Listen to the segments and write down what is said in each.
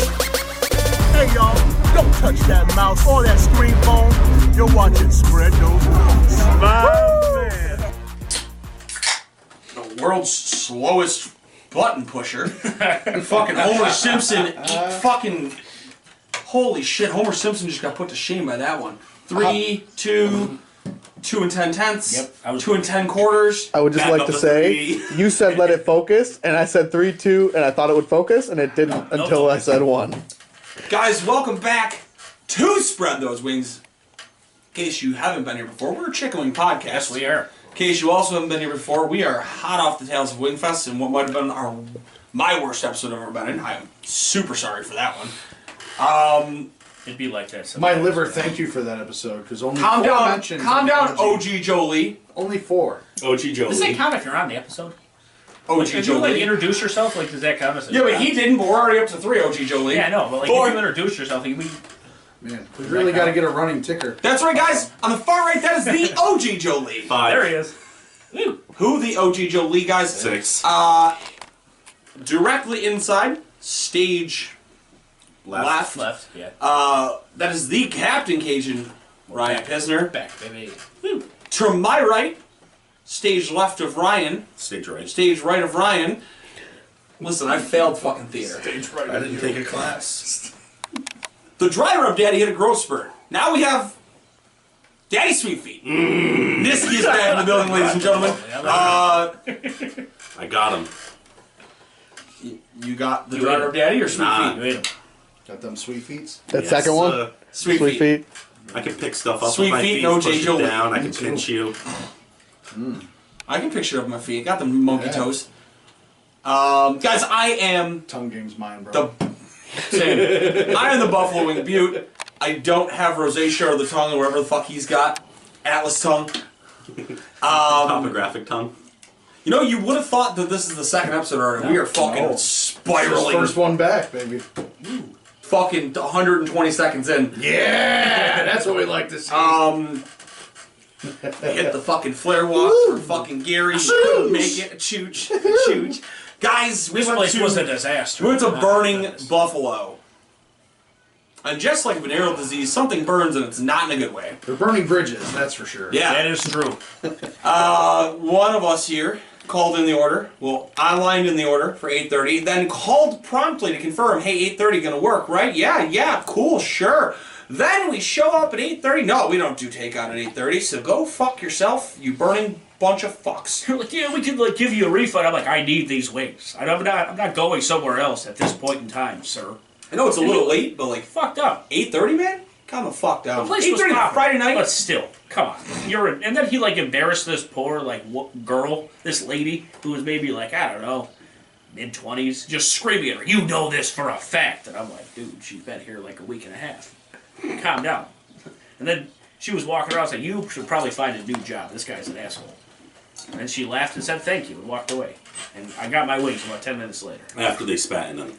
Hey y'all, don't touch that mouse or that screen phone. You're watching Spread Those Rules. the world's slowest button pusher. fucking Homer Simpson. Uh-huh. fucking holy shit! Homer Simpson just got put to shame by that one. Three, two, two and ten tenths. Yep, I was- two and ten quarters. I would just Back like up to to say, three. you said let it focus, and I said three, two, and I thought it would focus, and it didn't until I said one. Guys, welcome back to Spread Those Wings. In case you haven't been here before, we're a chicken wing podcast. Yes, we are. In case you also haven't been here before, we are hot off the tails of Wingfest and what might have been our my worst episode I've ever been in. I'm super sorry for that one. It'd be like that. My sometimes. liver, thank you for that episode because only Calm four down, mentions calm of down, OG OG. Jolie. Only four. OG Does that count if you're on the episode? OG If you like Jolie. introduce yourself, like does that count as? a- yeah, but he didn't. But we're already up to three OG Jolie. Yeah, I know. But like, Four. if you introduce yourself, you we Man, we really got to get a running ticker. That's right, guys. On the far right, that is the OG Jolie. there he is. Who the OG Jolie guys? Uh, Six. Directly inside stage left. left. Left. Yeah. Uh, that is the Captain Cajun, Ryan Pisner. Back, baby. Woo. To my right, stage left of Ryan, Stage right. stage right of Ryan. Listen, I failed fucking theater. I didn't take a class. The dry rub daddy hit a growth spurt. Now we have Daddy Sweet Feet. Mm. Niski is back in the building, ladies and gentlemen. Uh, Uh, I got him. you got the You dry ate rub it. daddy or Sweet Nah. Feet? You ate him. Got them sweet feets. That Yes, second one, uh, Sweet, sweet Feet. feet. I can pick stuff up Sweet with my feet, feet, no push J. it down. I can too. pinch you. I can picture it up my feet. Got the monkey Yeah. toes. Um, guys, I am Tongue game's mine, bro. the same. I am the Buffalo Wing Butte. I don't have rosacea or the tongue or whatever the fuck he's got. Atlas tongue. Topographic tongue. You know, you would have thought that this is the second episode already. we are fucking No. Just spiraling. first one back, baby. fucking 120 seconds in. Yeah, that's what we like to see. Um, they hit the fucking flare walk for fucking Gary. Couldn't make it. Chooch. Chooch. Guys, we This went place to, was a disaster. we went to Ah, burning goodness. buffalo. And just like venereal disease, something burns and it's not in a good way. They're burning bridges, that's for sure. Yeah. That is true. One of us here called in the order, well, I lined in the order for 8.30, then called promptly to confirm, hey, 8.30 gonna work, right? Yeah, yeah, cool, sure. Then we show up at 8.30. No, we don't do takeout at 8.30, so go fuck yourself, you burning bunch of fucks. They're like, yeah, we could like give you a refund. I'm like, I need these wings. I don't- I'm not. I'm not going somewhere else at this point in time, sir. I know it's a little late, but like, Fucked up. 8.30, man? Calm the fuck down. place was 8.30 on proper, Friday night? But still, come on, you're in, and then he like embarrassed this poor like wo- girl, this lady who was maybe like I don't know, mid twenties, just screaming at her. You know this for a fact, and I'm like, dude, she's been here like a week and a half. Calm down. And then she was walking around saying, you should probably find a new job. This guy's an asshole. And she laughed and said thank you and walked away. And I got my wings about ten minutes later. After they spat in them.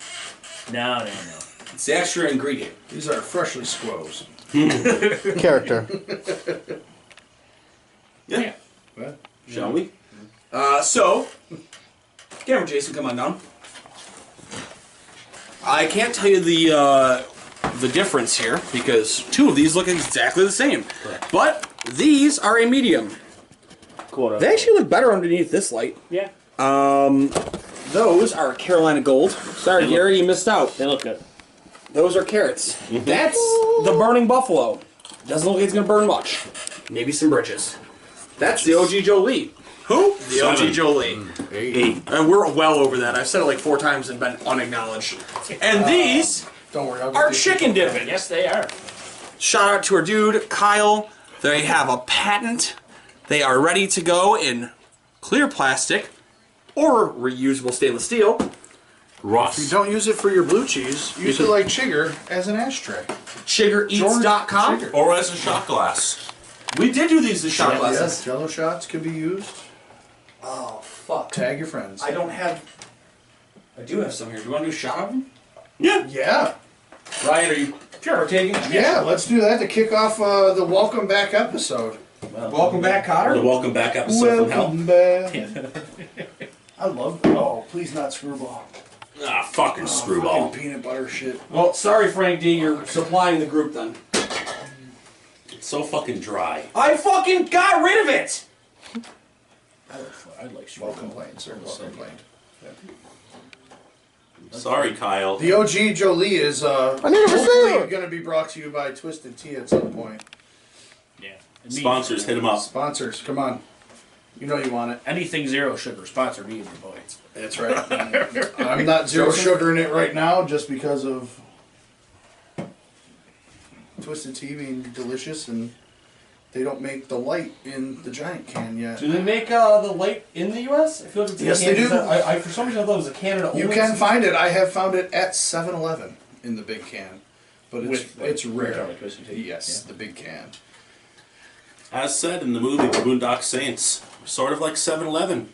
No, no, no. It's the extra ingredient. These are freshly squoze. Character. Yeah. What? Mm-hmm. Shall we? Uh, so, camera Jason, come on down. I can't tell you the uh, the difference here because two of these look exactly the same, but these are a medium. They actually look better underneath this light. Um, Yeah. Those are Carolina Gold. Sorry, Gary, you missed out. They look good. Mm-hmm. Those are carrots. That's the burning buffalo. Doesn't look like it's gonna burn much. Maybe some bridges. That's the OG Jolie. Who? The OG Seven. Jolie. Eight. Mm. And we're well over that. I've said it like four times and been unacknowledged. And these Don't worry, I'll get are these. chicken dipping. Yes, they are. Shout out to our dude, Kyle. They have a patent. They are ready to go in clear plastic or reusable stainless steel. You Ross. don't use it for your blue cheese. Use it like chigger as an ashtray. ChiggerEats.com. Chigger. Or as a shot glass. We did do these as shot glasses. Yes, Jello shots could be used. Oh, Fuck. Tag your friends. I don't have. I do have some here. Do you want to do a shot of them? yeah, Ryan, are you sure we're taking? yeah. Let's do that to kick off uh, the welcome back episode. Welcome back, Cotter. The welcome back episode from hell. back. I love. Oh, please not screwball. Ah, fucking Fucking screwball. peanut butter shit. Well, sorry, Frank D. You're supplying the group then. It's so fucking dry. I fucking got rid of it. I like Well complained, sir. Well complained. Sorry, Kyle. The OG Jolie is uh, I never said hopefully it. going to be brought to you by Twisted Tea at some point. Yeah. Sponsors, hit him up. Sponsors, come on. You know you want it. Anything zero sugar. Sponsor me and your boys. That's right. I'm not zero sugar in it right now just because of Twisted Tea being delicious and they don't make the light in the giant can yet. Do they make uh, the light in the U.S.? I feel like it's Yes, a they Canada. do. I, I, for some reason, I thought it was a Canada. You only. can find it. I have found it at 7 Eleven in the big can. But it's, With, like, it's rare. retarded Twisted Tea. Yes, the big can. As said in the movie The Boondock Saints, we're sort of like 7 Eleven.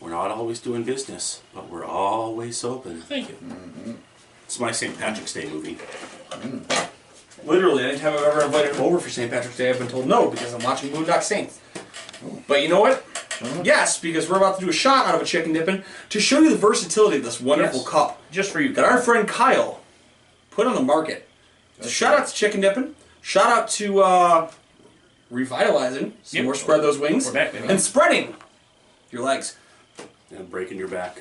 We're not always doing business, but we're always open. Thank you. Mm-hmm. It's my St. Patrick's Day movie. Literally, anytime I've ever invited him over for St. Patrick's Day, I've been told no because I'm watching Boondock Saints. But you know what? Yes, because we're about to do a shot out of a chicken dipping to show you the versatility of this wonderful Yes. cup Just for you. that our friend Kyle put on the market. shout out to chicken dipping. Shout out to uh, revitalizing. Some Yep. more spread those wings We're back, baby. and spreading your legs. And breaking your back.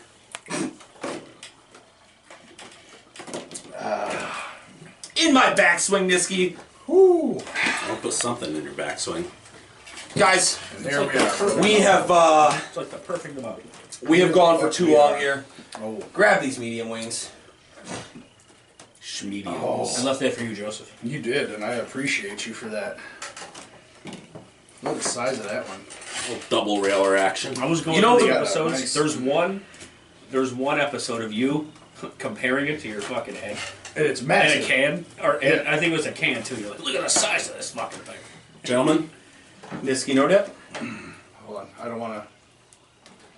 In my backswing, Niski. I'll put something in your backswing. Guys, And there we are. we have uh, It's like the perfect amount. we have gone for too long here. Oh. Grab these medium wings. Schmedium. I left that for you, Joseph. You did, and I appreciate you for that. Look at the size of that one. Little double railer action. I was going You know through the the- episodes. nice. There's one. There's one episode of you comparing it to your fucking head And it's and massive. a can, or and Yeah. I think it was a can too. You're like, look at the size of this fucking thing. Gentlemen, Niski, no dip. Hold on, I don't want to.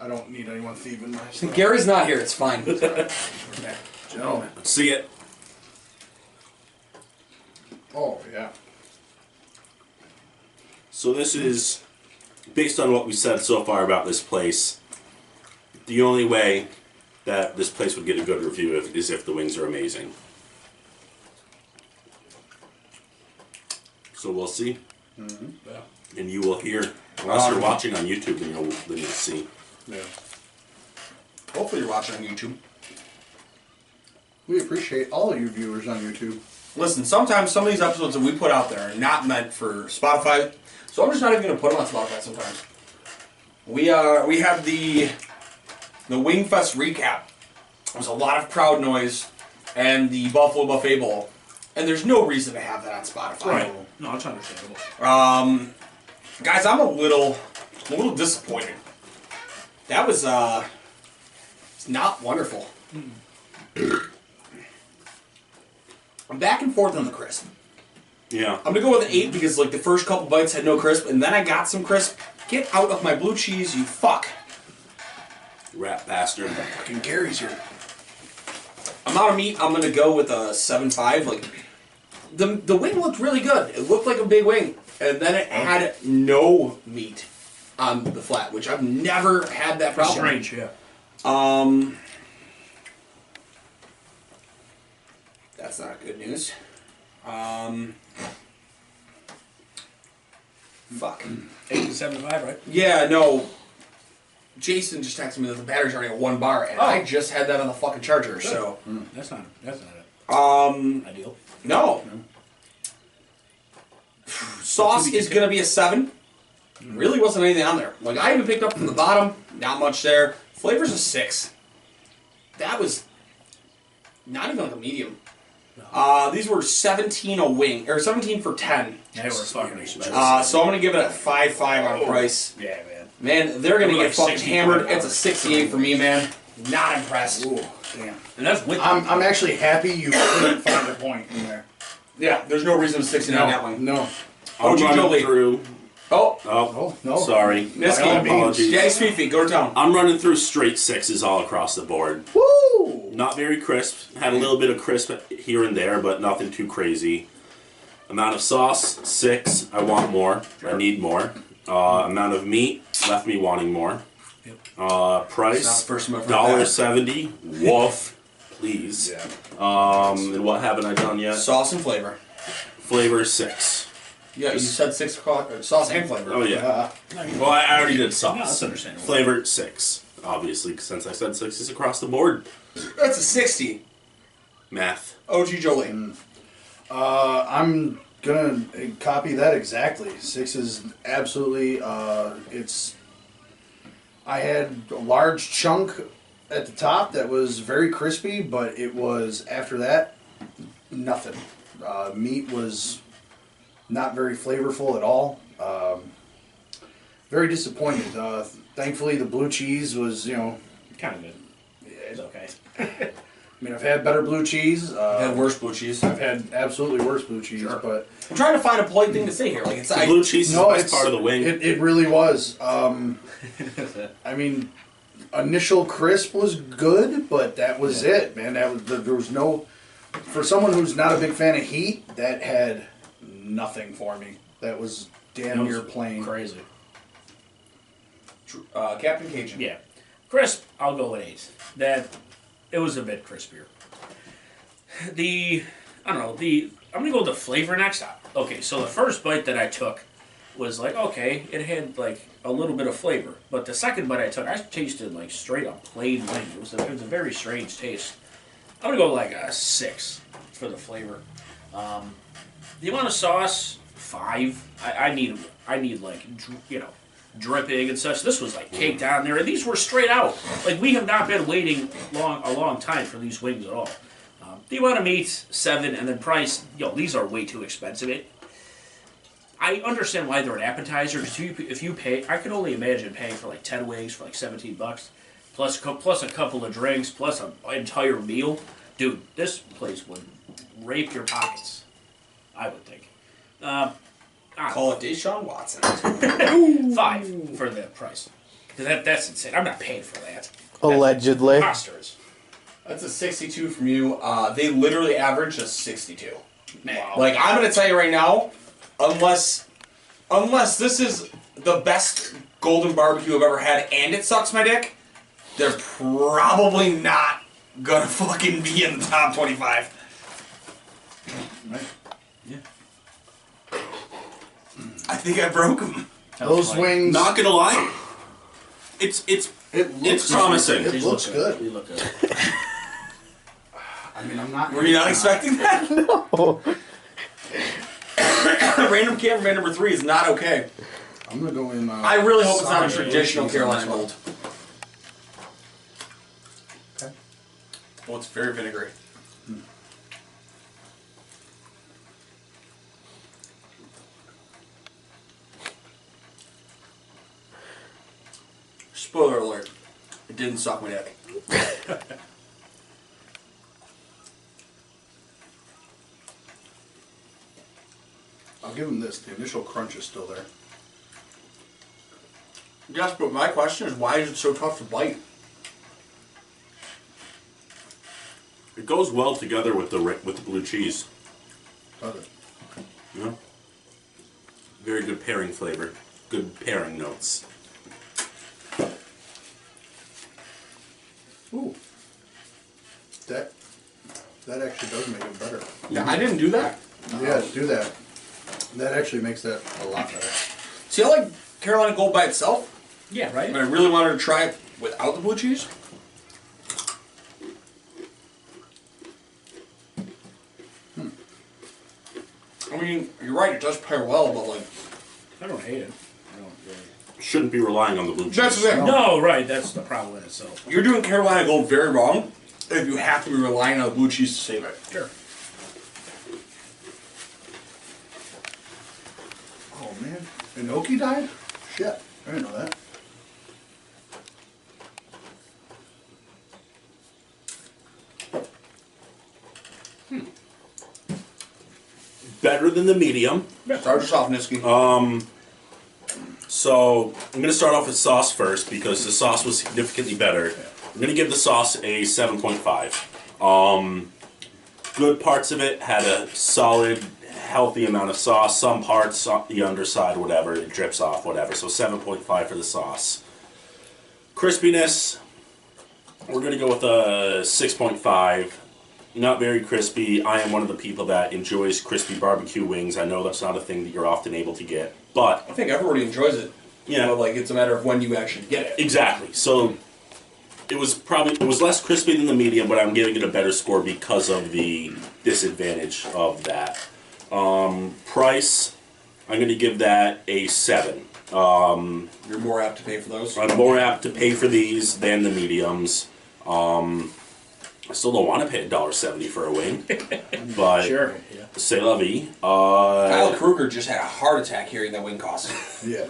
I don't need anyone thieving my stuff. Gary's not here. It's fine. Gentlemen. see it. Oh yeah. So this is based on what we said so far about this place. The only way that this place would get a good review if, is if the wings are amazing. So we'll see, Mm-hmm. Yeah. and you will hear. Unless you're watching on YouTube, then you'll then you'll see. Yeah. Hopefully, you're watching on YouTube. We appreciate all of you viewers on YouTube. Listen, sometimes some of these episodes that we put out there are not meant for Spotify, so I'm just not even gonna put them on Spotify. Sometimes we uh we have the the Wing Fest recap. There was a lot of crowd noise and the Buffalo Buffet Bowl, and there's no reason to have that on Spotify. Right. No, it's understandable. Guys, I'm a little a little disappointed. That was uh it's not wonderful. I'm back and forth on the crisp. Yeah. I'm gonna go with an eight because like the first couple bites had no crisp, and then I got some crisp. Get out of my blue cheese, you fuck! Rat bastard. Fucking Gary's here. I'm out of meat. I'm gonna go with a seven five. Like the the wing looked really good. It looked like a big wing, and then it had no meat on the flat, which I've never had that problem. Strange, yeah. That's not good news. Um, fuck. Mm. Eight seven five, right? Yeah, no. Jason just texted me that the battery's already at one bar, and I Oh. just had that on the fucking charger. So That's not. That's not it. Um, ideal. no. Sauce is gonna be a seven. Really wasn't anything on there. Like I even picked up from the bottom, not much there. Flavors a six. That was not even like a medium. Uh, these were 17 a wing or 17 for 10. They were fucking expensive. Uh, so I'm gonna give it a five five on price. yeah, man. Man, Oh. they're gonna It was get like fucking 60 hammered. for an It's a hour. 68 for me, man. Not impressed. Ooh, damn. And that's with I'm, I'm actually happy you couldn't find a point in there. Yeah, there's no reason to 69 No. that one. No. I'll OG run Jolie. through. Oh, Oh, Oh, no. sorry. Miss all game. means. Apologies. Daddy Sweetie, go to town. I'm running through straight sixes all across the board. Woo! Not very crisp. Had a little bit of crisp here and there, but nothing too crazy. Amount of sauce, six. I want more. I need more. Uh, amount of meat left me wanting more. Uh, It's not the price first time I've heard dollar that. seventy. Woof, please. Um, and what haven't I done yet? Sauce and flavor. Flavor six. Yeah, you said six o'clock. uh, Sauce and flavor. Oh yeah. Uh, Well, I I already did No, that's sauce. understandable. Flavor six, obviously, since I said six is across the board. That's a 60. Math. OG Jolie. Mm. uh, I'm gonna uh, copy that exactly. Six is absolutely. Uh, it's. I had a large chunk at the top that was very crispy, but it was after that nothing. Uh, meat was not very flavorful at all. Um, very disappointed. Uh, thankfully, the blue cheese was you know. kind of good. It's okay. I mean, I've had better blue cheese. Uh, Had worse blue cheese. I've had absolutely worse blue cheese, but I'm trying to find a polite thing to say here. Like it's I, Blue cheese is no, the best it's part of the wing. It, it really was. Um, I mean, initial crisp was good, but that was it, man. That was there there was no for someone who's not a big fan of heat. That had nothing for me. That was damn near plain. Crazy. uh, Captain Cajun. Yeah. Crisp, I'll go with eight. That it was a bit crispier. The I don't know, the I'm gonna go with the flavor next. Okay, so the first bite that I took was like, okay, it had like a little bit of flavor. But the second bite I took, I tasted like straight up plain wing. It was a, it was a very strange taste. I'm gonna go like a six for the flavor. Um, the amount of sauce, five. I, I need I need like dr- you know dripping and such. This was like caked on there, and these were straight out. Like we have not been waiting long a long time for these wings at all. Um, the amount of meat seven, and then price. Yo, these are way too expensive. It. I understand why they're an appetizer because if you, if you pay, I could only imagine paying for like ten wings for like seventeen bucks, plus a cou- plus a couple of drinks, plus an entire meal. Dude, this place would rape your pockets. I would think. Call it Deshaun Watson. five for the price. 'Cause That, that's insane. I'm not paying for that. Allegedly. Monsters. That's a 62 from you. Uh, they literally averaged a 62. Wow. Like I'm gonna tell you right now, unless unless this is the best golden barbecue I've ever had and it sucks my dick, they're probably not gonna fucking be in the top twenty five. Yeah. I think I broke them. Those wings. Not gonna lie, it's it's it looks it's promising. It looks good. You look good. I mean, I'm not. Were you not expecting that? Random cameraman number three is not okay. I'm gonna go in. Uh, I really hope it's not a sour traditional cheese Carolina on this one. Gold. Well, it's very vinegary. Spoiler alert, it didn't suck my dick. I'll give them this. The initial crunch is still there. Yes, but my question is why is it so tough to bite? It goes well together with the ri- with the blue cheese. Does it? You know, very good pairing flavor. Good pairing notes. Ooh. That that actually does make it better. Yeah, I didn't do that. Yeah, do that. That actually makes that a lot better. See, I like Carolina Gold by itself, Yeah, right? and I really wanted to try it without the blue cheese. I Hmm. mean, you're right, it does pair well, but like, I don't hate it. Shouldn't be relying on the blue cheese. That's the thing. No, right. That's the problem in itself. You're doing Carolina Gold very wrong if you have to be relying on the blue cheese to save it. Sure. Oh man, Inoki died. Shit, I didn't know that. Better than the medium. Um, Start us off, Niski. So I'm gonna start off with sauce first because the sauce was significantly better. I'm gonna give the sauce a 7.5. Um, good parts of it had a solid, healthy amount of sauce. Some parts, uh, the underside, whatever, it drips off, whatever. So 7.5 for the sauce. Crispiness, we're gonna go with a 6.5. Not very crispy. I am one of the people that enjoys crispy barbecue wings. I know that's not a thing that you're often able to get, but I think everybody enjoys it. Yeah. But like it's a matter of when you actually get it. Exactly. So it was probably it was less crispy than the medium, but I'm giving it a better score because of the disadvantage of that. Um, price, I'm going to give that a seven. You're more apt to pay for those. I'm more apt to pay for these than the mediums. Um, I still don't want to pay $1.70 for a wing, but Sure. Yeah. say la vie. Uh, Kyle Kruger just had a heart attack hearing that wing cost. Yeah.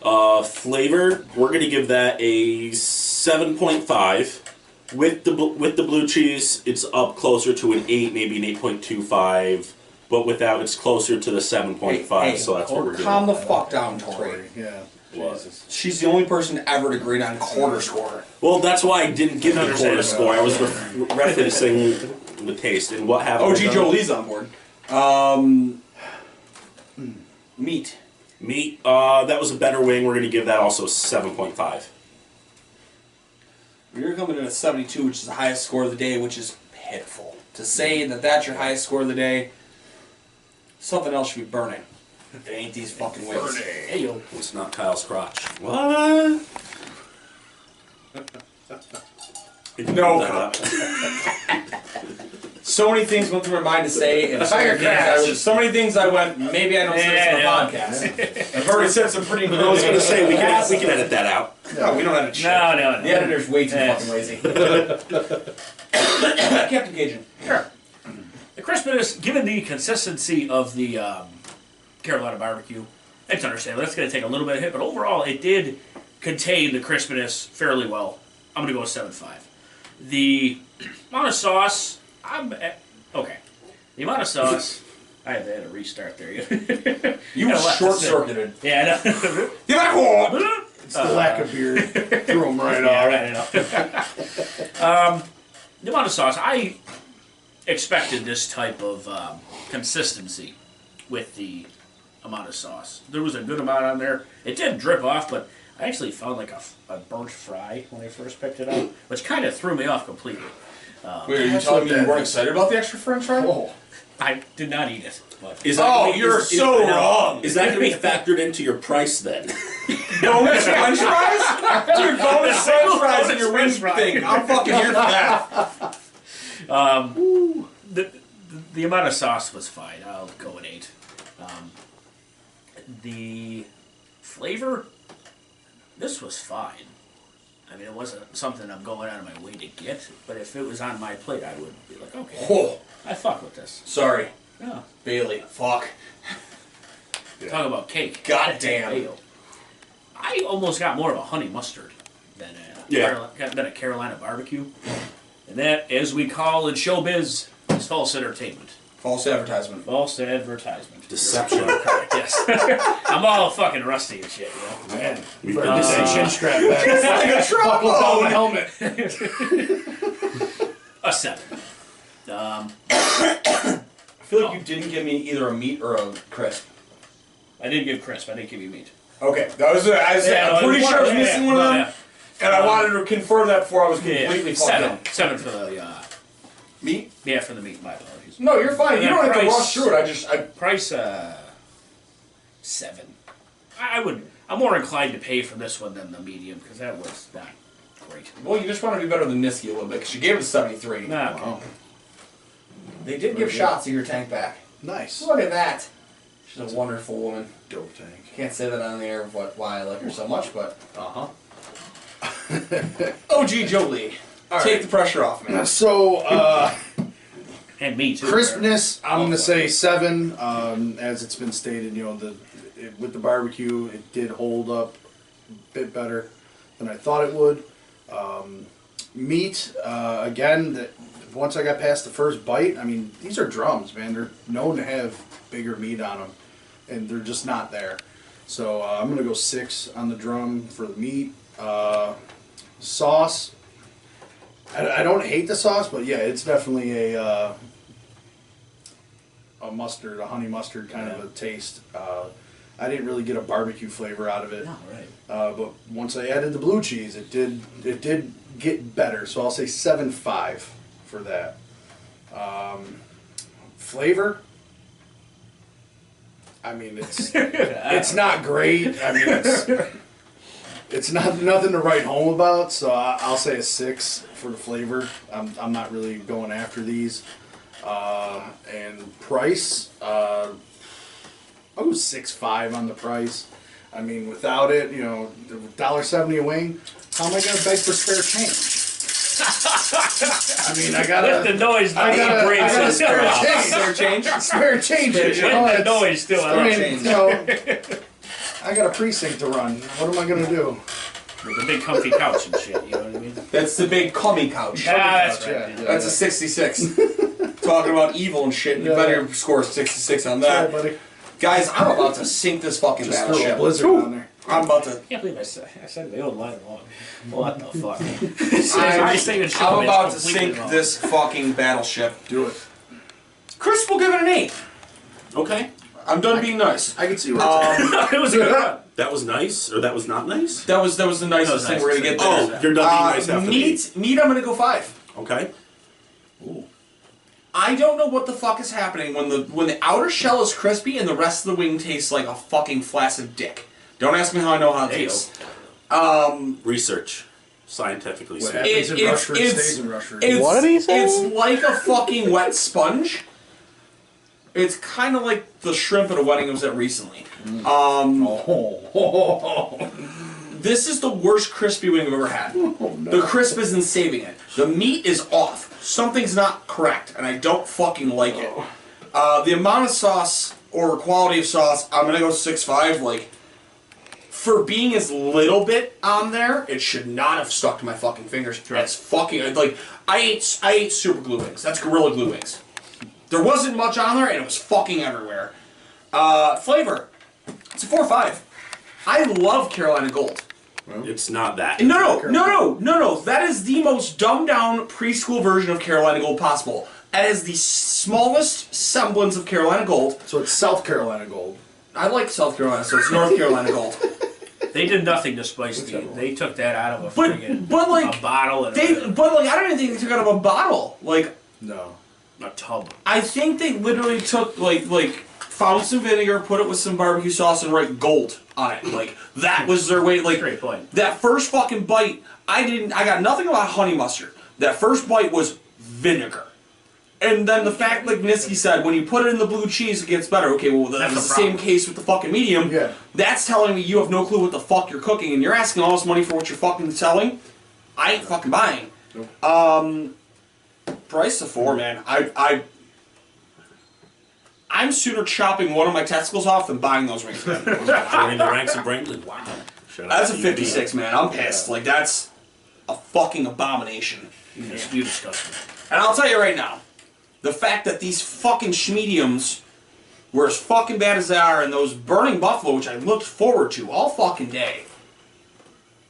Uh, flavor, we're gonna give that a seven point five. With the bl- with the blue cheese, it's up closer to an eight, maybe an eight point two five. But without, it's closer to the seven point five. Hey, hey, so that's what we're doing. Calm the fuck down, Tori. Yeah. Jesus. She's the only person ever to agree on quarter score. well, that's why I didn't give it a quarter Understandable. score. I was ref- referencing the taste and what happened. OG with them. Jolie's on board. Um, hmm, meat. meat. Uh, that was a better wing. We're gonna give that also seven point five. You're coming in at 72, which is the highest score of the day, which is pitiful. To say that that's your highest score of the day, something else should be burning. It ain't these fucking wings. Hey yo. It's not Kyle's crotch. What? No, Kyle. So many things went through my mind to say, and so many, things I was- so many things I went, maybe I don't say this on the podcast. I've already said some pretty I was gonna say we can we can edit that out. No, we don't have a shit. No, no, no. The editor's way too Yeah. fucking lazy. Captain Cajun. Sure. The crispiness, given the consistency of the um, Carolina barbecue, it's understandable. That's going to take a little bit of hit, but overall, it did contain the crispiness fairly well. I'm going to go with seven five. The amount of sauce, I'm at, okay. The amount of sauce, I had to restart there. You Yeah, were I left short this in. circuited. yeah, I You're like, "Oh." know. It's the lack of beer. Threw him right Yeah, off. right, I know. um, the amount of sauce, I expected this type of um, consistency with the amount of sauce. There was a good amount on there. It did drip off, but I actually found like a, f- a burnt fry when I first picked it up, which kind of threw me off completely. Wait, are you That's telling me what you that weren't is. excited about the extra french fry? Oh, I did not eat it, but Is that Oh, gonna be- you're is- is- so I know. wrong. Is that going to be factored into your price then? No bonus french fries? Dude, bonus french fries in your wing Bonus french fry. thing. I'm fucking here for that. the, the, the amount of sauce was fine. I'll go with eight. Um, the flavor, this was fine. I mean, it wasn't something I'm going out of my way to get, but if it was on my plate, I would be like, okay, Oh, I fuck with this. sorry, Yeah. Bailey. Fuck. Talk about cake. Goddamn. Ale. I almost got more of a honey mustard than a, Yeah. Caroli- than a Carolina barbecue. And that, as we call in showbiz, is false entertainment. False advertisement. False advertisement. Deception. Yes. I'm all fucking rusty and shit, you know. man. We've Put been that deception. chin strap back. Like a Oh, my trombone. helmet. A seven. Um, I feel like you didn't give me either a meat or a crisp. I did give crisp. I didn't give you meat. Okay, that was it. I was, I'm pretty sure I was missing one of them, and I wanted to confirm that before I was completely fucked seven. up. Seven for the uh, Meat? yeah for the meat. My apologies. No, you're fine. You Yeah, don't have to price. rush through it. I just, I Price uh, seven. I, I would. I'm more inclined to pay for this one than the medium because that was not great. well, you just want to be better than Niski a little bit because you gave it a 73. Nah, okay. They did give shots of your tank back. Nice. Look at that. She's a wonderful woman. Dope tank. Can't say that on the air of what why I like her so much, but Uh huh. OG Jolie. All Take right. the pressure off me. So, uh, And me too. crispness, I'm gonna say seven. Um, as it's been stated, you know, the it, with the barbecue, it did hold up a bit better than I thought it would. Um, meat, uh, again, that once I got past the first bite, I mean, these are drums, man. They're known to have bigger meat on them, and they're just not there. So uh, I'm gonna go six on the drum for the meat. Uh, sauce. I, I don't hate the sauce, but yeah, it's definitely a uh, a mustard, a honey mustard kind of a taste. Uh, I didn't really get a barbecue flavor out of it, Right. uh, but once I added the blue cheese, it did it did get better. So I'll say seven five for that. Um, flavor. I mean, it's it's not great. I mean, it's it's not nothing to write home about. So I, I'll say a six for the flavor. I'm I'm not really going after these. Uh, and price, uh, I was six five on the price. I mean, without it, you know, dollar seventy a wing. How am I gonna beg for spare change? I mean, I With gotta. the noise, I my gotta, I brain gotta says spare stop. change. change. Spare change. With you know, the it's- noise, too. I I like mean, you know, I got a precinct to run. What am I gonna do? With the big comfy couch and shit, you know what I mean? That's the big cummy couch. Ah, that's Yeah, right. yeah, That's a 66. Talking about evil and shit, you Yeah. better score 66 on yeah. that. Sorry, buddy. Guys, I'm about to sink this fucking Just throw a battleship. blizzard on there. I'm about to. I can't believe I said, I said the old line wrong. What the fuck? I'm, I say it should have I'm been about to completely sink wrong. this fucking battleship. Do it. Chris will give it an 8. Okay. I'm done being nice. I can see where it's Um, it was a good one. That was nice, or that was not nice? that was that was the nicest was thing nice. we're gonna get. Oh, there. you're done being Uh, nice after meat, meat. I'm gonna go five. the- Okay. I don't know what the fuck is happening when the when the outer shell is crispy and the rest of the wing tastes like a fucking flaccid dick. Don't ask me how I know how it tastes. Research. Scientifically What speaking. happens It- in it's- Rushford it's- stays in Rushford. It's, What did he say? It's like a fucking wet sponge. It's kind of like the shrimp at a wedding I was at recently. Um, This is the worst crispy wing I've ever had. The crisp isn't saving it. The meat is off. Something's not correct, and I don't fucking like it. Uh, the amount of sauce or quality of sauce, I'm gonna go six five. Like, for being as little bit on there, it should not have stuck to my fucking fingers. That's fucking like I ate I ate super glue wings. That's gorilla glue wings. There wasn't much on there, and it was fucking everywhere. Uh, flavor, it's a four five. I love Carolina Gold. It's not that. No, no, no, no, no, no. That is the most dumbed down preschool version of Carolina Gold possible. That is the smallest semblance of Carolina Gold. so it's South Carolina gold. I like South Carolina, so it's North Carolina Gold. They did nothing to spice the. They took that out of a But- friggin' but, like, a bottle and They, a, but like, I don't even think they took out of a bottle. Like, No. a tub. I think they literally took like like found some vinegar, put it with some barbecue sauce, and write gold on it. Like that was their way. Like Great point. that first fucking bite, I didn't. I got nothing about honey mustard. That first bite was vinegar. And then the fact, like Niski said, when you put it in the blue cheese, it gets better. Okay, well, that That's was the the same problem. case with the fucking medium. Yeah. That's telling me you have no clue what the fuck you're cooking, and you're asking all this money for what you're fucking selling. I ain't fucking buying. Um, price of four, man. I, I, I'm sooner chopping one of my testicles off than buying those rings. That's Joining the ranks of Branklin. Wow. Shout out a to you, 56, man. I'm pissed. Like that's a fucking abomination. It's You disgusting. And I'll tell you right now, the fact that these fucking schmediums were as fucking bad as they are, and those burning buffalo, which I looked forward to all fucking day,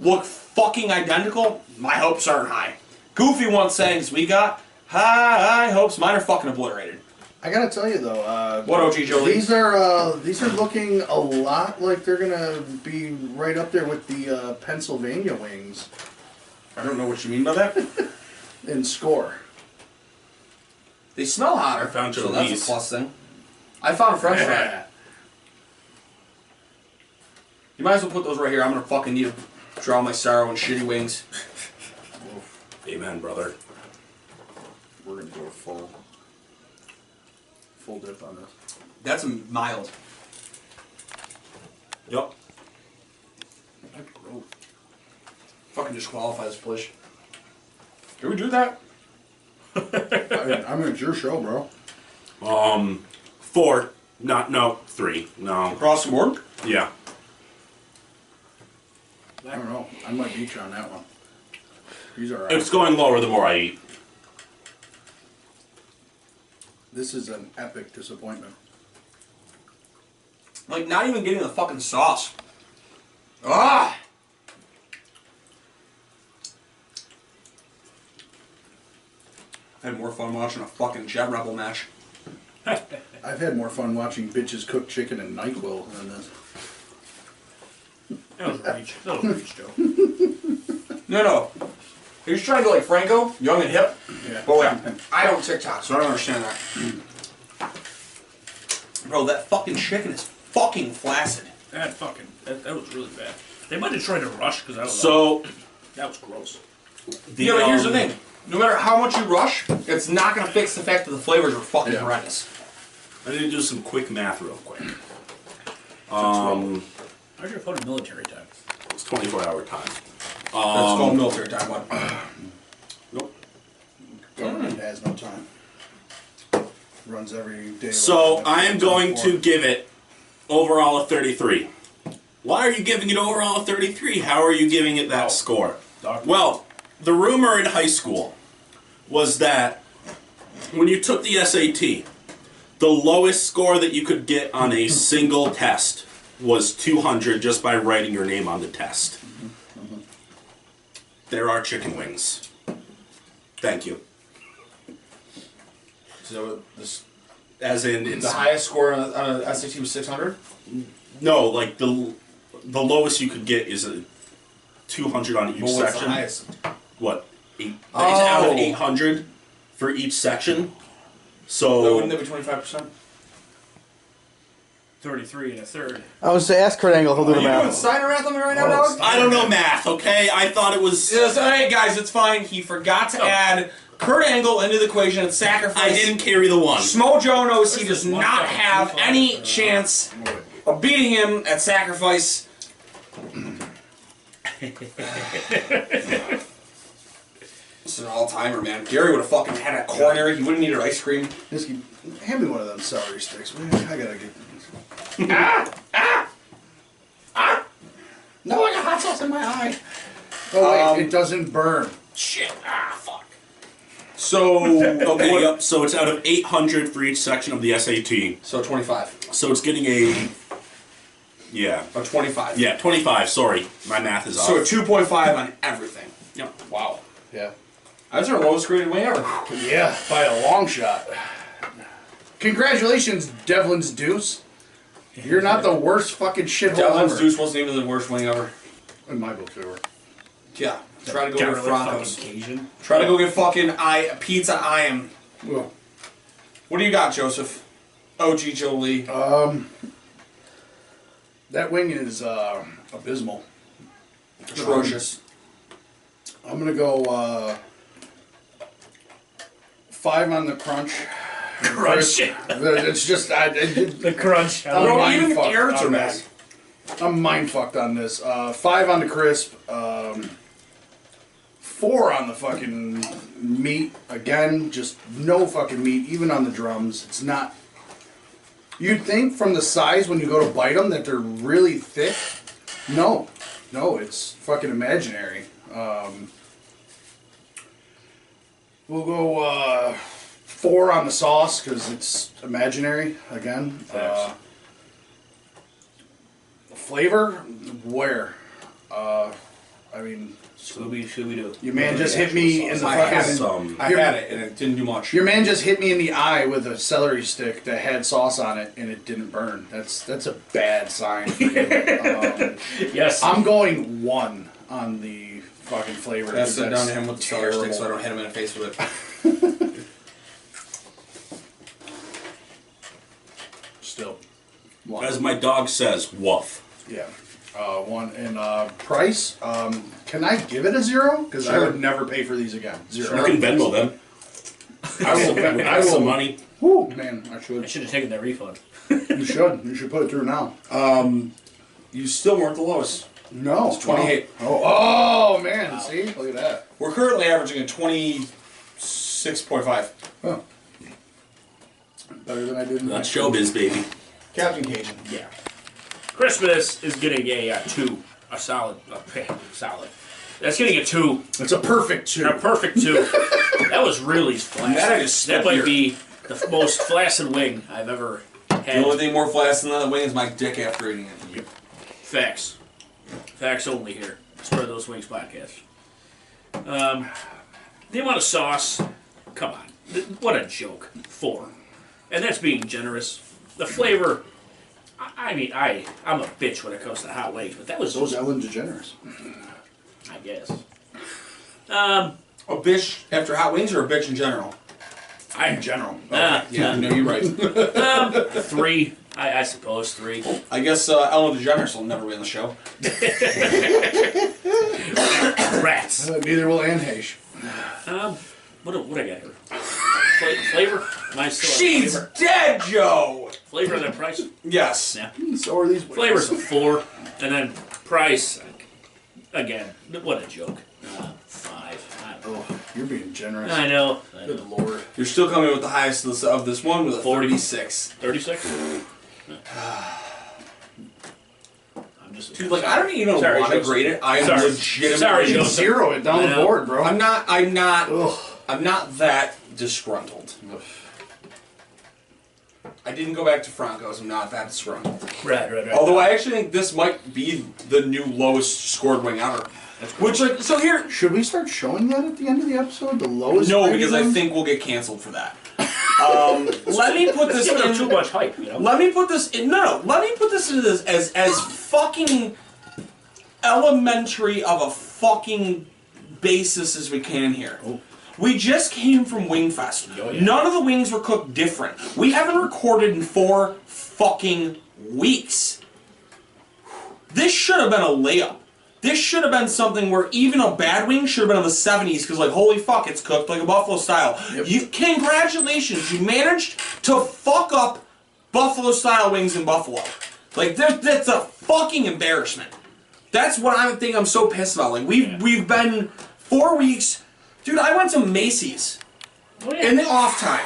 look fucking identical. My hopes aren't high. Goofy once sayings we got high hopes. Mine are fucking obliterated. I gotta tell you though, uh, What OG Jolie? these are uh, these are looking a lot like they're gonna be right up there with the uh, Pennsylvania wings I don't know what you mean by that. in score. They smell hotter. I found so that's Jolie's. a plus thing. I found a French fry. You might as well put those right here. I'm gonna fucking need to draw my sorrow and shitty wings. Amen, brother. We're gonna go full full dip on this. That's mild. Yep. Fucking disqualifies Plish. Can we do that? I mean, I mean, it's your show, bro. Four. Not no three. No. Across the board? Yeah. I don't know. I might beat you on that one. He's all right. It's going lower the more I eat. this is an epic disappointment. Like, not even getting the fucking sauce. Ah! I had more fun watching a fucking Jet Rebel match. I've had more fun watching bitches cook chicken and NyQuil than this. That was a reach. That was a reach, Joe. No, no. He was trying to like Franco, young and hip. Yeah. But like, I don't TikTok, so I don't understand that. Bro, that fucking chicken is fucking flaccid. That fucking that, that was really bad. They might have tried to rush because that was So that was gross. the, yeah, but here's the um, thing. No matter how much you rush, it's not gonna fix the fact that the flavors are fucking Yeah. horrendous. I need to do some quick math real quick. How's your phone in military time? It's 24 hour time. That's called military time. bud. Nope. Government has no time. Runs every day. So like I am going to 24. give it overall a 33. Why are you giving it overall a 33? How are you giving it that Oh. score? Well, the rumor in high school was that when you took the SAT, the lowest score that you could get on a single test was 200 just by writing your name on the test. Mm-hmm. There are chicken wings. Thank you. So this, As in, it's the highest score on, on a SAT was 600. No, like the the lowest you could get is a 200 on each Well, what's section. the highest? What? Eight, It's out Oh. of 800 for each section. So So wouldn't it be 25 percent? Thirty-three and a third. I was to ask Kurt Angle. He'll do the You doing math. sign around on me right now, Oh, dog? stop. I don't know math, okay? I thought it was Yes, all right, guys, it's fine. He forgot to add Kurt Angle into the equation and sacrifice. I didn't carry the one. Smojo knows he There's does this one not guy, have he's any like, uh, chance of beating him at sacrifice. this is an all timer, man. Gary would have fucking had a corner. He wouldn't needed ice cream. Just give- hand me one of them celery sticks. man. I gotta get. No, I got hot sauce in my eye. Oh wait, it doesn't burn. Shit. Ah, fuck. So okay, yep. So it's out of 800 for each section of the SAT. So 25. So it's getting a yeah, Or 25. yeah, 25. Sorry, my math is off. So a 2.5 on everything. Yep. Wow. Yeah. That's our lowest graded win ever. Yeah, by a long shot. Congratulations, Devlin's Deuce. You're not the worst fucking shithole Devlin's ever. Deuce wasn't even the worst wing ever. In my book, they were. Yeah. Try to go Garlic get Franco's. fucking Cajun. Try to go get fucking I pizza I am. Well, What do you got, Joseph? OG Jolie. that wing is uh, abysmal. Atrocious. I'm gonna go uh, five on the crunch. Crunch. It's just I, I, The crunch. I I'm love Bro, even mind the fucked carrots are on bad. this. I'm mind fucked on this. Uh, five on the crisp. Um, four on the fucking meat. Again, just no fucking meat. Even on the drums, it's not. You'd think from the size when you go to bite them that they're really thick. No, no, it's fucking imaginary. Um, we'll go uh, four on the sauce because it's imaginary again. Uh, flavor, where? Uh, I mean, Should we, should we do? your man just hit me in the I had fucking. it. Um, I had it and it didn't do much. Your man just hit me in the eye with a celery stick that had sauce on it, and it didn't burn. That's that's a bad sign. For you. Um, Yes. I'm going one on the fucking flavor. That's done to him with the celery terrible. stick, so I don't hit him in the face with it. Still, one. as my dog says, woof. yeah, uh, one and uh, price. Um, can I give it a zero? Because I would never pay for these again. Zero. You can Venmo them. I will. I Have some will. money. Whew, man, I I should. should have taken that refund. You should. You should put it through now. You still weren't the lowest. No. It's 28. Oh, oh man, see? Look at that. We're currently averaging a 26.5. Oh. Better than I did in the That's showbiz, baby. Captain Cajun. Yeah. Christmas is getting a, uh two, a solid, a pick, solid. That's getting a two, It's a perfect two. a perfect two. that was really flaccid. That is that might here. be the most flaccid wing I've ever The had. only thing more flaccid than the wing is my dick after eating it. Facts, facts only here. Spread those wings podcast. Um, the amount of sauce, come on, Th- what a joke. Four, and that's being generous. The flavor, I, I mean, I I'm a bitch when it comes to hot wings, but that was those Ellen DeGeneres. I guess. A bitch after hot wings or a bitch in general? I in general. Oh, Nah, Yeah, no, you're right. Uh, three. I, I suppose three. I guess uh, Ellen DeGeneres will never win the show. Rats. Uh, neither will Anne Heche. What do- what I got here? Fla- flavor. Mine's still on She's flavor. dead, Joe! Flavor and then price. Yes. Yeah. Hmm, So are these wings. Flavors of four, and then price. Again, what a joke. Uh, five. I don't know. Oh, you're being generous. I know. Good lord. You're still coming with the highest of this, of this one with a 40. 46. Thirty-six. I'm just. Dude, like, I don't even Sorry, want to Joe. grade it. I am Sorry. legitimately... Sorry, Joe. Zero it I down the know. board, bro. I'm not, I'm not, Ugh. I'm not that disgruntled. I didn't go back to Franco's. I'm not that disgruntled. Right, right, right. Although I actually think this might be the new lowest scored wing ever. Which, like, so here. Should we start showing that at the end of the episode? The lowest. No, rated because I one? think we'll get canceled for that. Um, let me put this Giving them in. too much hype, you know. Let me put this in. No, no. Let me put this in as as as fucking elementary of a fucking basis as we can here. We just came from Wingfest. Oh, yeah. None of the wings were cooked different. We haven't recorded in four fucking weeks. This should have been a layup. This should have been something where even a bad wing should have been in the 70s because, like, holy fuck, it's cooked like a Buffalo style. You Congratulations, you managed to fuck up Buffalo style wings in Buffalo. Like, that- that's a fucking embarrassment. That's what I think I'm so pissed about. Like, we've, we've been four weeks. Dude, I went to Macy's Oh, yeah. in the off time.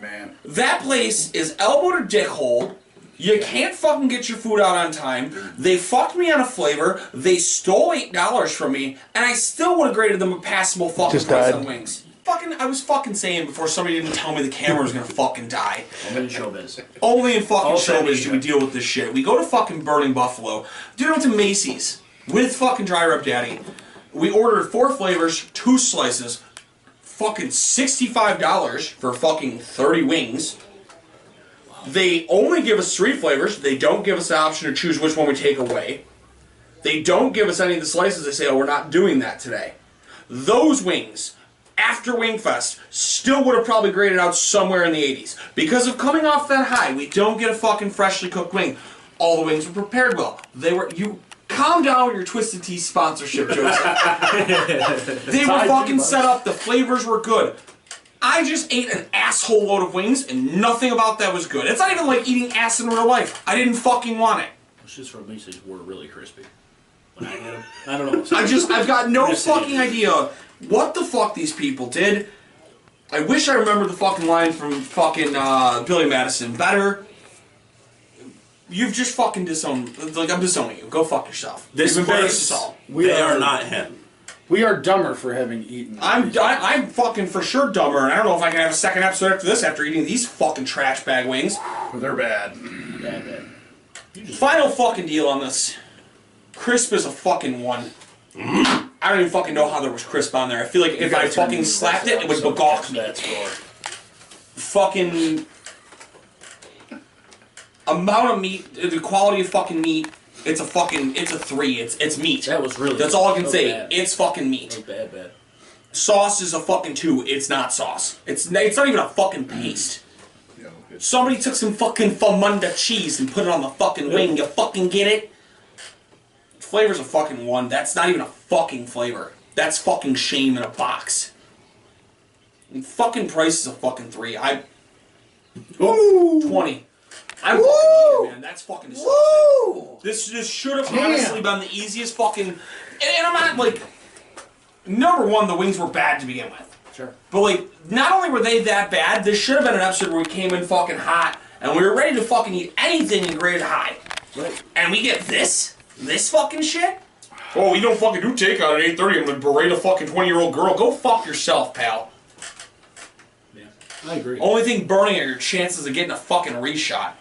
Man. That place is elbow to dick hole. You can't fucking get your food out on time. They fucked me on a flavor. They stole eight dollars from me, and I still would have graded them a passable fucking Just price died. on wings. Fucking, I was fucking saying before somebody didn't tell me the camera was gonna fucking die. I'm in showbiz. Only in fucking All showbiz showbiz. do we deal with this shit. We go to fucking Burning Buffalo. Dude, I went to Macy's with fucking Dry Rub Daddy. We ordered four flavors, two slices, fucking $65 for fucking 30 wings. They only give us three flavors. They don't give us the option to choose which one we take away. They don't give us any of the slices. They say, oh, we're not doing that today. Those wings, after Wingfest, still would have probably graded out somewhere in the 80s. Because of coming off that high, we don't get a fucking freshly cooked wing. All the wings were prepared well. They were, you, calm down with your Twisted Tea sponsorship, Joseph. they were fucking set up, the flavors were good. I just ate an asshole load of wings and nothing about that was good. It's not even like eating ass in real life. I didn't fucking want it. Shits from Macy's were really crispy. When I had them, I don't know. I just I've got no Yes, it is. fucking idea what the fuck these people did. I wish I remembered the fucking line from fucking uh, Billy Madison better. You've just fucking disowned. Like I'm disowning you. Go fuck yourself. This You've embarrassed place, us all. We they are- are not him. We are dumber for having eaten. I'm I, I'm fucking for sure dumber, and I don't know if I can have a second episode after this after eating these fucking trash bag wings. They're bad. Bad, bad. You just Final fucking deal on this. Crisp is a fucking one. Mm-hmm. I don't even fucking know how there was crisp on there. I feel like if I fucking slapped it, it would begawk me. that score. fucking amount of meat, the quality of fucking meat. It's a fucking, it's a three. It's it's meat. That was really. That's all I can so say. Bad. It's fucking meat. so bad, bad. Sauce is a fucking two. It's not sauce. It's n- it's not even a fucking paste. Somebody took some fucking Famunda cheese and put it on the fucking wing. You fucking get it? Flavor's a fucking one. That's not even a fucking flavor. That's fucking shame in a box. And fucking price is a fucking three. I. Ooh! 20. I'm fucking Woo! here, man. That's fucking disgusting. Woo! This this should have Damn. honestly been the easiest fucking. And, and I'm not like. Number one, the wings were bad to begin with. Sure. But like, not only were they that bad, this should have been an episode where we came in fucking hot and we were ready to fucking eat anything in Great High. Right. And we get this, this fucking shit. Oh, you don't fucking do takeout at 8:30. I'm gonna berate a fucking 20 year old girl. Go fuck yourself, pal. I agree. Only thing burning are your chances of getting a fucking reshot.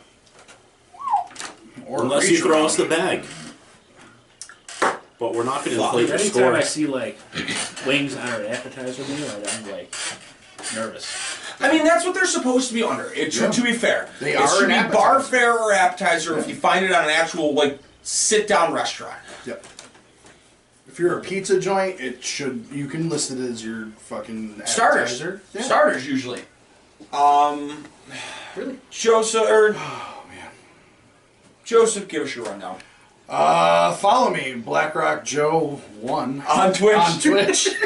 Or Unless you reach throw around. us the bag. But we're not going to inflate your Every time I scores. see like wings on an appetizer menu, I'm like nervous. I mean, that's what they're supposed to be under. It should, Yeah. to be fair, They it are should an be appetizer. bar fare or appetizer if you find it on an actual like sit down restaurant. Yep. If you're a pizza joint, it should you can list it as your fucking Starters, appetizer. Yeah. starters usually. Um, Really? Oh, Joseph or Joseph, give us your rundown Uh, follow me, BlackRock Joe One on Twitch. on Twitch.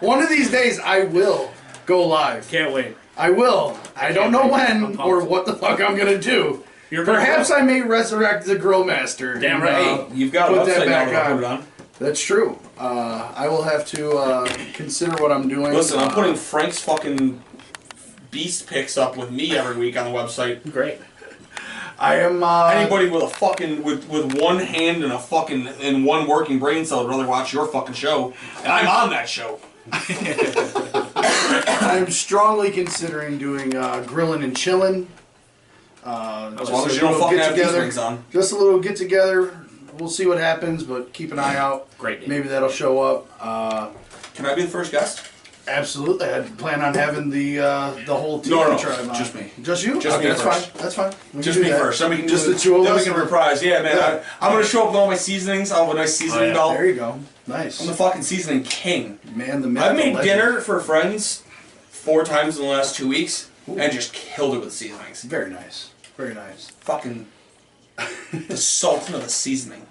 One of these days, I will go live. Can't wait. I will. I don't know when or what the fuck I'm gonna do. You're gonna Perhaps go. I may resurrect the Grill Master. Damn and, right. uh, Hey, you've got a Put that website now back to put on. it on. That's true. Uh, I will have to uh, consider what I'm doing. Listen, I'm Uh, putting Frank's fucking beast picks up with me every week on the website. Great. I am. Uh, Anybody with a fucking with with one hand and a fucking and one working brain cell would rather watch your fucking show, and I'm on that show. I'm strongly considering doing uh, grilling and chilling. Uh, As just long a as you don't little fucking have these get-together. rings on. Just a little get together. We'll see what happens, but keep an eye out. Great. Maybe that'll show up. Uh, Can I be the first guest? absolutely, I plan on having the uh, the whole team. No, no, tribe on. just me. Just you. Just okay, me that's first. fine. That's fine. We can Just do me that. first. Then we can just do, the two of Then us. we can reprise. Yeah, man. Yeah. Oh, I, I'm gonna show up with all my seasonings. I'll have a nice seasoning yeah. belt. There you go. Nice. I'm the fucking seasoning king. man, the myth, I've the made legend. dinner for friends four times in the last two weeks and just killed it with seasonings. Very nice. Very nice. Fucking the sultan of the seasoning.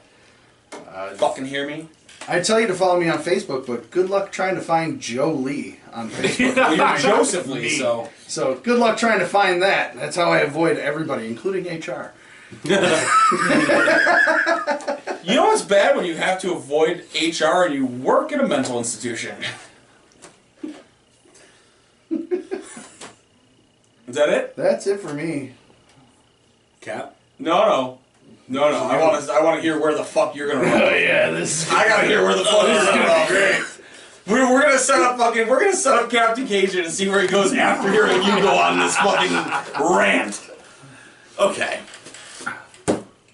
fucking hear me? I tell you to follow me on Facebook, but good luck trying to find Joe Lee on Facebook. Well, you're Joseph Lee, so So good luck trying to find that. That's how I avoid everybody, including HR. you know what's bad when you have to avoid HR and you work at a mental institution. Is that it? That's it for me. Cap? No, no, no, no. I want to. I want to hear where the fuck you're gonna run. yeah, this. I gotta hear where the fuck this is gonna run. We're, we're gonna set up fucking. We're gonna set up Captain Cajun and see where he goes after hearing you go on this fucking rant. Okay.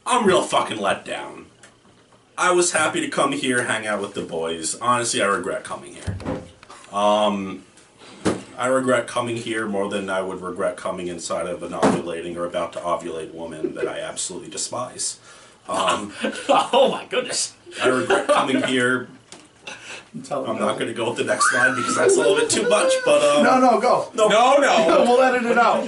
I'm real fucking let down. I was happy to come here, hang out with the boys. Honestly, I regret coming here. Um, I regret coming here more than I would regret coming inside of an ovulating or about to ovulate woman that I absolutely despise. Oh my goodness. I regret coming here. I'm not going to go with the next line because that's a little bit too much. But um, No, no, go. No, no. We'll edit it out.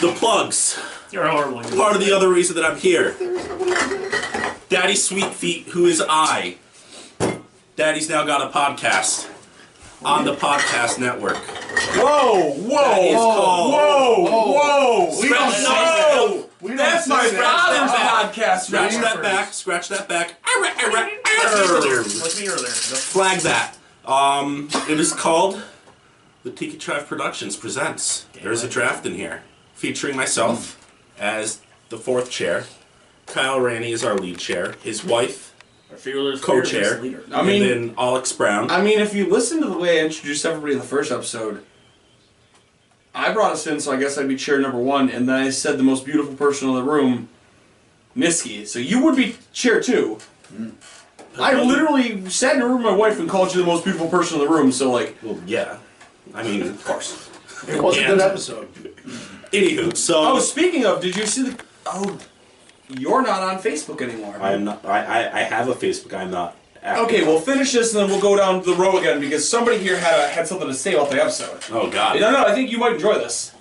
the plugs. You're horrible. You're part of the other reason that I'm here. Daddy Sweet Feet, who is I. Daddy's now got a podcast on the podcast network. Whoa, It's whoa, called whoa, whoa. We don't say that. No! We don't That's say my that. father's podcast. Scratch man. that back. Scratch that back. Arr, arr, arr, arr. like me earlier. The Flag that. Um, it is called the Tiki Tribe Productions presents. There's a draft in here featuring myself as the fourth chair. Kyle Raney is our lead chair. His wife fearless Co-chair. fearless leader. I mean, and then Alex Brown. I mean, if you listen to the way I introduced everybody in the first episode, I brought us in, so I guess I'd be chair number one, and then I said the most beautiful person in the room, Niski. So you would be chair two. Mm. I literally sat in a room with my wife and called you the most beautiful person in the room. So like, Well, yeah. I mean, of course. It was a good episode. Anywho, so oh, speaking of, did you see the? Oh, you're not on Facebook anymore. I'm not. I, I I have a Facebook. I'm not. Active. okay, we'll finish this and then we'll go down the row again because somebody here had a, had something to say about the episode. Oh God. No, no, I think you might enjoy this.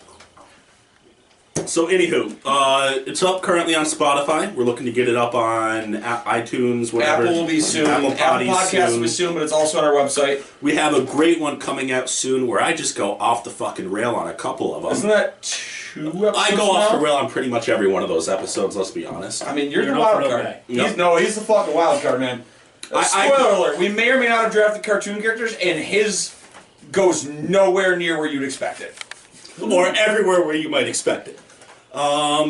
So, anywho, uh, it's up currently on Spotify. We're looking to get it up on a- iTunes, whatever. Apple will be soon. Apple, Poddy Podcasts soon. will be soon, but it's also on our website. We have a great one coming out soon where I just go off the fucking rail on a couple of Isn't them. that two episodes I go off now? the rail on pretty much every one of those episodes, let's be honest. I mean, you're, You're the not wild for card. that. He's, no, he's the fucking wild card, man. Uh, I- Spoiler alert: We may or may not have drafted cartoon characters, and his goes nowhere near where you'd expect it. or everywhere where you might expect it. Um,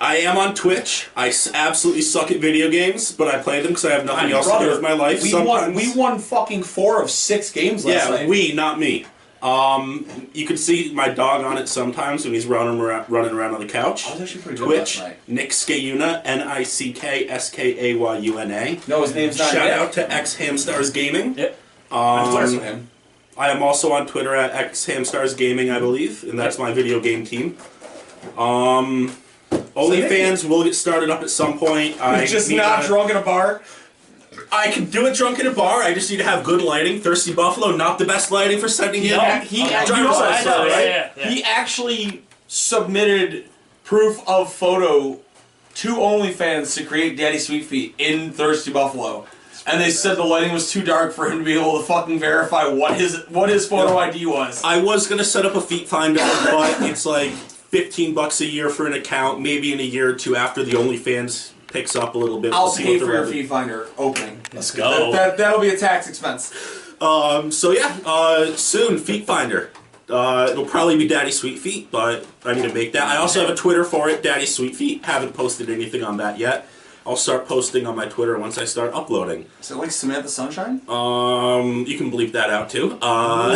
I am on Twitch. I s- absolutely suck at video games, but I play them because I have nothing else to do with my life. We won. Sometimes- We won fucking four of six games last Yeah, night. we, not me. Um, you can see my dog on it sometimes when he's running around, running around on the couch. I was actually pretty good Twitch, last night. Nick Skayuna, N I C K S K A Y U N A. No, his name's not. Shout Nick. out to X Hamstars Gaming. Yep. I'm close with him. I am also on Twitter at X Hamstars Gaming, I believe, and that's my video game team. Um, OnlyFans will get started up at some point. I Just need not to- drunk in a bar. I can do it drunk in a bar. I just need to have good lighting. Thirsty Buffalo, not the best lighting for sending in. No. He, Oh, Okay. driver's You know, I license, know, right? yeah, yeah. He actually submitted proof of photo to OnlyFans to create Daddy Sweet Feet in Thirsty Buffalo. And they said the lighting was too dark for him to be able to fucking verify what his what his photo ID was. I was gonna set up a feet finder, but it's like fifteen bucks a year for an account. Maybe in a year or two after the OnlyFans picks up a little bit. I'll we'll see pay what the Oh. for your revenue- Feet Finder opening. Let's go. That, that, will be a tax expense. Um, so yeah, uh, soon Feet Finder. Uh, it'll probably be Daddy Sweet Feet, but I need to make that. I also have a Twitter for it, Daddy Sweet Feet. Haven't posted anything on that yet. I'll start posting on my Twitter once I start uploading. Is it like Samantha Sunshine? Um, you can bleep that out too. Uh,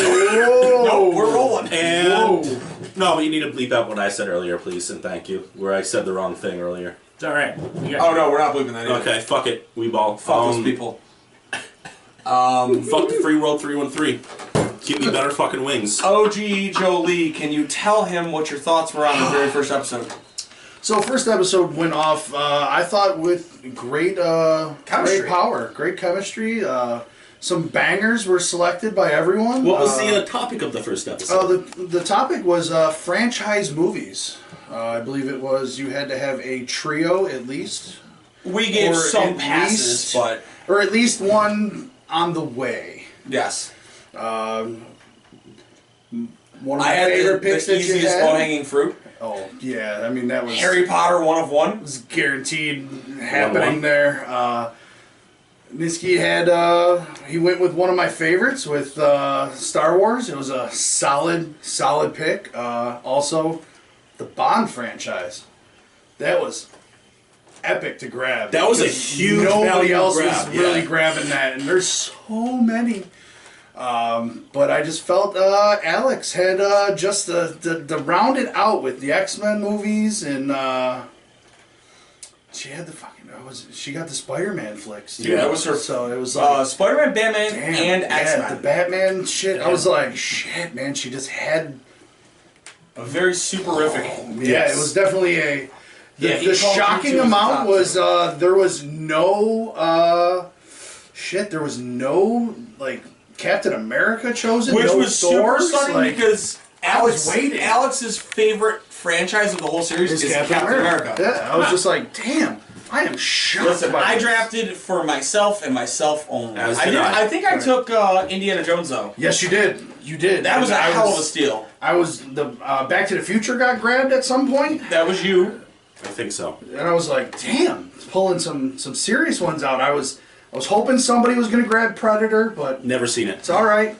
no, we're rolling. and no, but you need to bleep out what I said earlier, please, and thank you. Where I said the wrong thing earlier. It's all right. We got Oh no, we're not believing that either. Okay, fuck it. We ball. Fuck Um, those people. Fuck the free world 313. Give me better fucking wings. OG Jolie, can you tell him what your thoughts were on the very first episode? So first episode went off. Uh, I thought with great, uh, Chemistry. great power, great chemistry. Uh, some bangers were selected by everyone. What was Uh, the uh, topic of the first episode? Oh, the the topic was uh, franchise movies. Uh, I believe it was you had to have a trio at least, We gave Or some at passes, least- but or at least one on the way. yes, One of my I had the, favorite the picks that you easiest had. low hanging fruit. Oh yeah, I mean that was Harry Potter one of one. was guaranteed One, happening one. there. Uh, Niski had uh, he went with one of my favorites with uh, Star Wars. It was a solid, solid pick. Uh, also, the Bond franchise. That was epic to grab. That was a Because huge Nobody value else grab, was really yeah. grabbing that, and there's so many. Um, but I just felt uh, Alex had uh, just the, the, the rounded out with the X Men movies and. Uh, she had the fucking. I was. She got the Spider Man flicks. Dude. Yeah, that was her- So it was like. Uh, Spider Man, Batman, damn, and yeah, X Men. The Batman shit. I was like, shit, man. She just had. a very superific. Yeah, it was definitely a. The, Yeah, he the called Mewtwo shocking as the amount top was uh, there was no uh, shit. There was no like Captain America chosen, which no was super Thor, stunning like, because Alex, was waiting. Alex's favorite franchise of the whole series is, Captain, America. Yeah, I was just like, damn, I am shocked. Listen, by I this. drafted for myself and myself only. As I, did did- I. I think I took uh, Indiana Jones though. Yes, you did. You did. That was a I hell of a steal. I was the uh, Back to the Future got grabbed at some point, That was you. I think so. and I was like, "Damn, it's pulling some some serious ones out." I was I was hoping somebody was gonna grab Predator, but Never seen it. it's all right.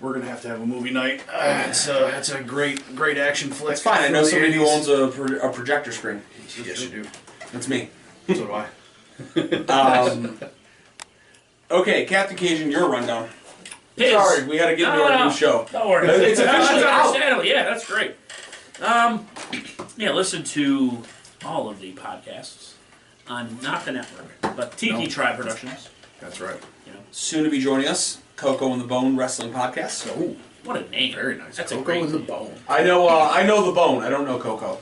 We're gonna have to have a movie night. Uh, it's a it's a great great action flick. It's fine. I know from the somebody who 80s. owns a, pro- a projector screen. Yes, you do. That's me. So do I. Um, okay, Captain Cajun, your rundown. Piss. Sorry, we had to get into our No, no, new no. show. Don't worry. It's No, that's officially out. understandable. Yeah, that's great. Um, yeah, listen to all of the podcasts on not the network, but Tiki Tribe Productions. That's right. You know, Soon to be joining us, Coco and the Bone Wrestling Podcast. Oh, what a name! very nice. That's a Coco great in the name. bone. I know. Uh, I know the Bone. I don't know Coco.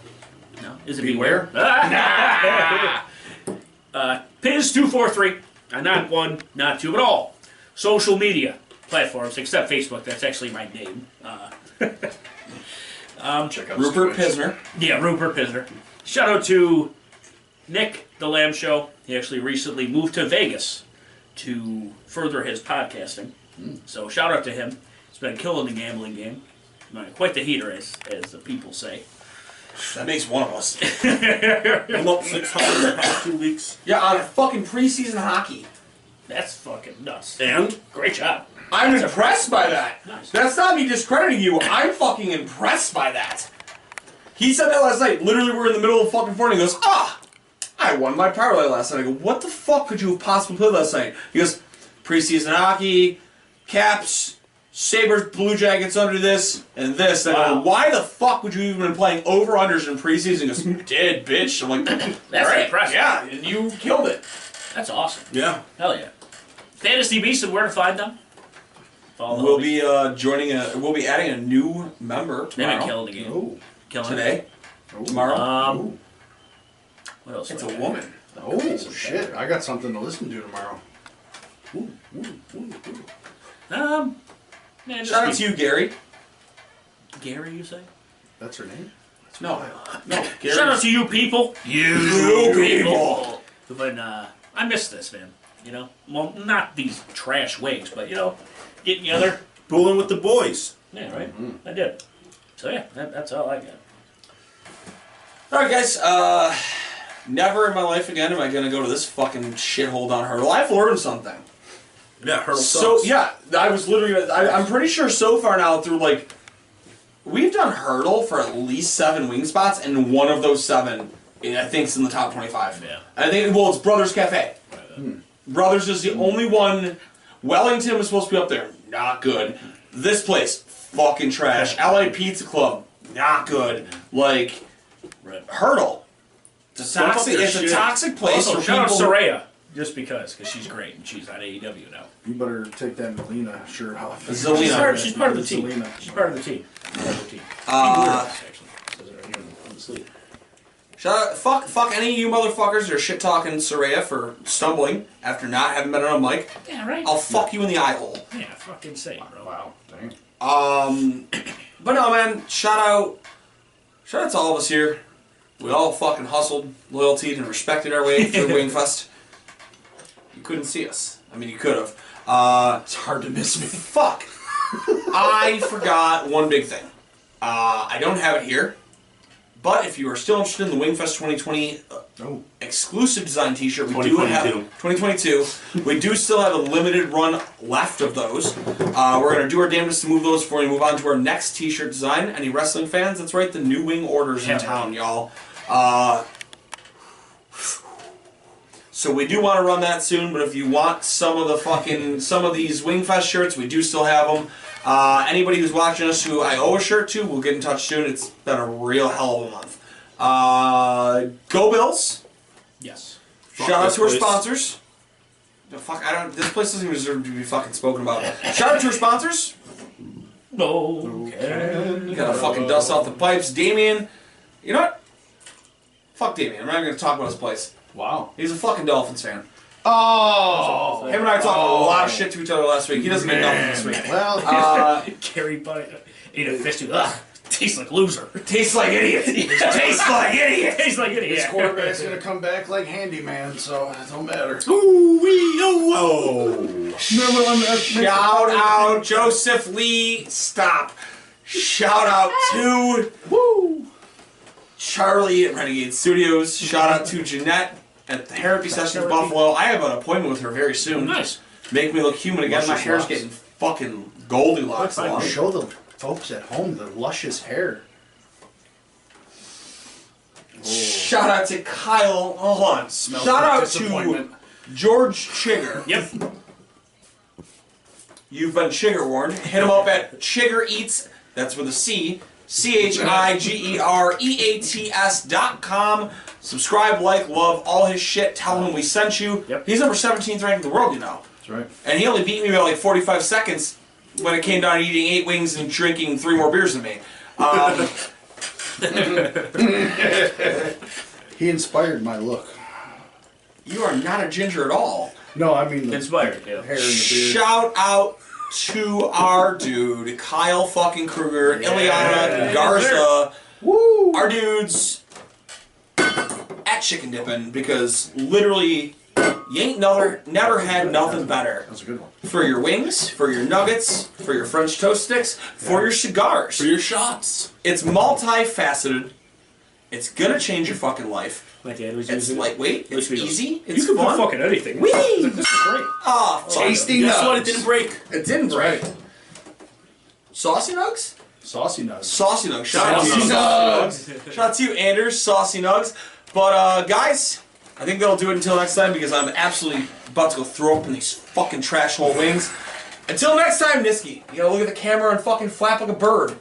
No, is it Beware. Beware? Ah! uh, Piz two four three. Uh, Not one, not two, but all social media platforms except Facebook. That's actually my name. Uh, Check out Rupert Switch. Pisner. Yeah, Rupert Pisner. Shout out to Nick the Lamb Show. He actually recently moved to Vegas to further his podcasting. So shout out to him. He's been killing the gambling game. Uh, Quite the heater, as, as the people say. That makes one of us. I'm up 600 in the past two weeks. Yeah, on fucking preseason hockey. That's fucking nuts. And Great job. I'm impressed by that. Nice. That's not me discrediting you. I'm fucking impressed by that. He said that last night. Literally, we're in the middle of fucking four, and he goes, "Ah, I won my parlay last night." I go, "What the fuck could you have possibly played last night?" He goes, "Preseason hockey, Caps, Sabers, Blue Jackets under this and this." And I go, Wow. "Why the fuck would you even been playing over unders in preseason?" He goes, "Dead bitch." I'm like, That's "All right, impressive. Yeah, and you killed it. That's awesome. Yeah." Hell yeah. Fantasy Beasts and where to find them. Follow the We'll homie. be uh, joining a. We'll be adding a new member They've been tomorrow. killing the game. Oh, Killing it. Today, tomorrow. Um, what else? It's do I a got? woman. oh shit! I got something to listen to tomorrow. Um, man, just Shout out keep- to you, Gary. Gary, you say? That's her name. No, no, Gary. Shout out to you people. You people. But uh, I miss this, man. You know, well, not these trash wigs, but you know, getting together. bowling with the boys. Yeah, right. Mm-hmm. I did. So yeah, that, that's all I got. All right, guys. Uh, never in my life again am I gonna go to this fucking shithole down hurdle. I've learned something. Yeah, hurdle So sucks. yeah, I was literally. I, I'm pretty sure so far now through like, we've done hurdle for at least seven wing spots, and one of those seven, eh, I think, is in the top twenty-five. Yeah. I think. Well, it's Brothers Cafe. Brothers is Hmm. the only one. Wellington was supposed to be up there. Not good. This place, fucking trash. LA Pizza Club, not good. Like, Right. hurdle. It's a Bump up toxic, your it's a shit. toxic place Also, for shout out people. who- Soraya, just because, because she's great and she's on AEW now. You better take that Melina shirt off. Zelina. She's part, she's part of the team. Zelina. She's part of the team. Part of the team. Uh, She actually says it right here on the sleeve. Shout out, fuck, fuck any of you motherfuckers that are shit talking Soraya for stumbling after not having been on a mic. Yeah, right. I'll fuck you in the eye hole. yeah, fucking say, bro. Wow, dang. Um, but no, man. Shout out, shout out to all of us here. We all fucking hustled, loyalty, and respected our way through Wingfest. You couldn't see us. I mean, you could have. Uh, it's hard to miss me. Fuck. I forgot one big thing. Uh, I don't have it here. But if you are still interested in the Wingfest 2020 uh, Oh, exclusive design T-shirt. We do have 2022. We do still have a limited run left of those. Uh, we're gonna do our damnedest to move those before we move on to our next T-shirt design. Any wrestling fans? That's right, the New Wing orders in Yeah. town, y'all. Uh, so we do want to run that soon, but if you want some of the fucking some of these Wingfest shirts, we do still have them. Uh, anybody who's watching us who I owe a shirt to, we'll get in touch soon. It's been a real hell of a month. Uh, go Bills! Yes. Shout out this to our place. sponsors. No, fuck, I don't. This place doesn't even deserve to be fucking spoken about. Shout out to our sponsors. No. You gotta fucking dust off the pipes, Damien. You know what? Fuck Damien. I'm not even gonna talk about his place. wow. He's a fucking Dolphins fan. Oh, Him and I talked a lot of shit to each other last week. He doesn't make nothing this week. well, Uh, Carrie Bunny ate a fist. Ugh. Tastes like loser. tastes like idiot. tastes like idiot. Tastes like idiot. this quarterback's gonna come back like handyman, so it don't matter. Oh, Shout out Joseph Lee. Stop. Shout out to Woo. Charlie at Renegade Studios. Shout out to Jeanette at the Therapy Sessions Buffalo. I have an appointment with her very soon. Nice. Make me look human again. My hair's getting fucking Goldilocks long. Show the folks at home the luscious hair. Shout out to Kyle. Oh, hold on. Shout out to George Chigger. Yep. You've been Chigger warned. Hit him up at Chigger Eats. That's with a C. C H I G E R E A T S dot com. Subscribe, like, love all his shit. Tell him we sent you. Yep. He's number 17th ranked in the world, you know. That's right. And he only beat me by like 45 seconds when it came down to eating eight wings and drinking three more beers than me. Um, He inspired my look. you are not a ginger at all. No, I mean the Inspired. Yeah. hair and the beard. Shout out to our dude, Kyle fucking Kruger, Ileana Yes, Garza. Woo! Our dudes at chicken dipping because literally you ain't never never had nothing better. That's a good one. For your wings, for your nuggets, for your French toast sticks, for your cigars. For your shots. It's multifaceted. It's gonna change your fucking life. My dad was It's using lightweight. Let's It's be easy. it. It's you can fun. put fucking anything. Whee! This is great. Ah, tasty Guess what? It nugs. didn't break. It didn't break. Saucy nugs? Saucy nuts. Saucy nugs. Shout out to Saucy you. Nugs. Shout out to you, Anders. Saucy nugs. But uh, guys, I think that'll do it until next time because I'm absolutely about to go throw up in these fucking trash hole wings. Until next time, Niski, you gotta look at the camera and fucking flap like a bird.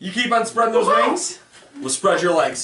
You keep on spreading those wings. We'll spread your legs.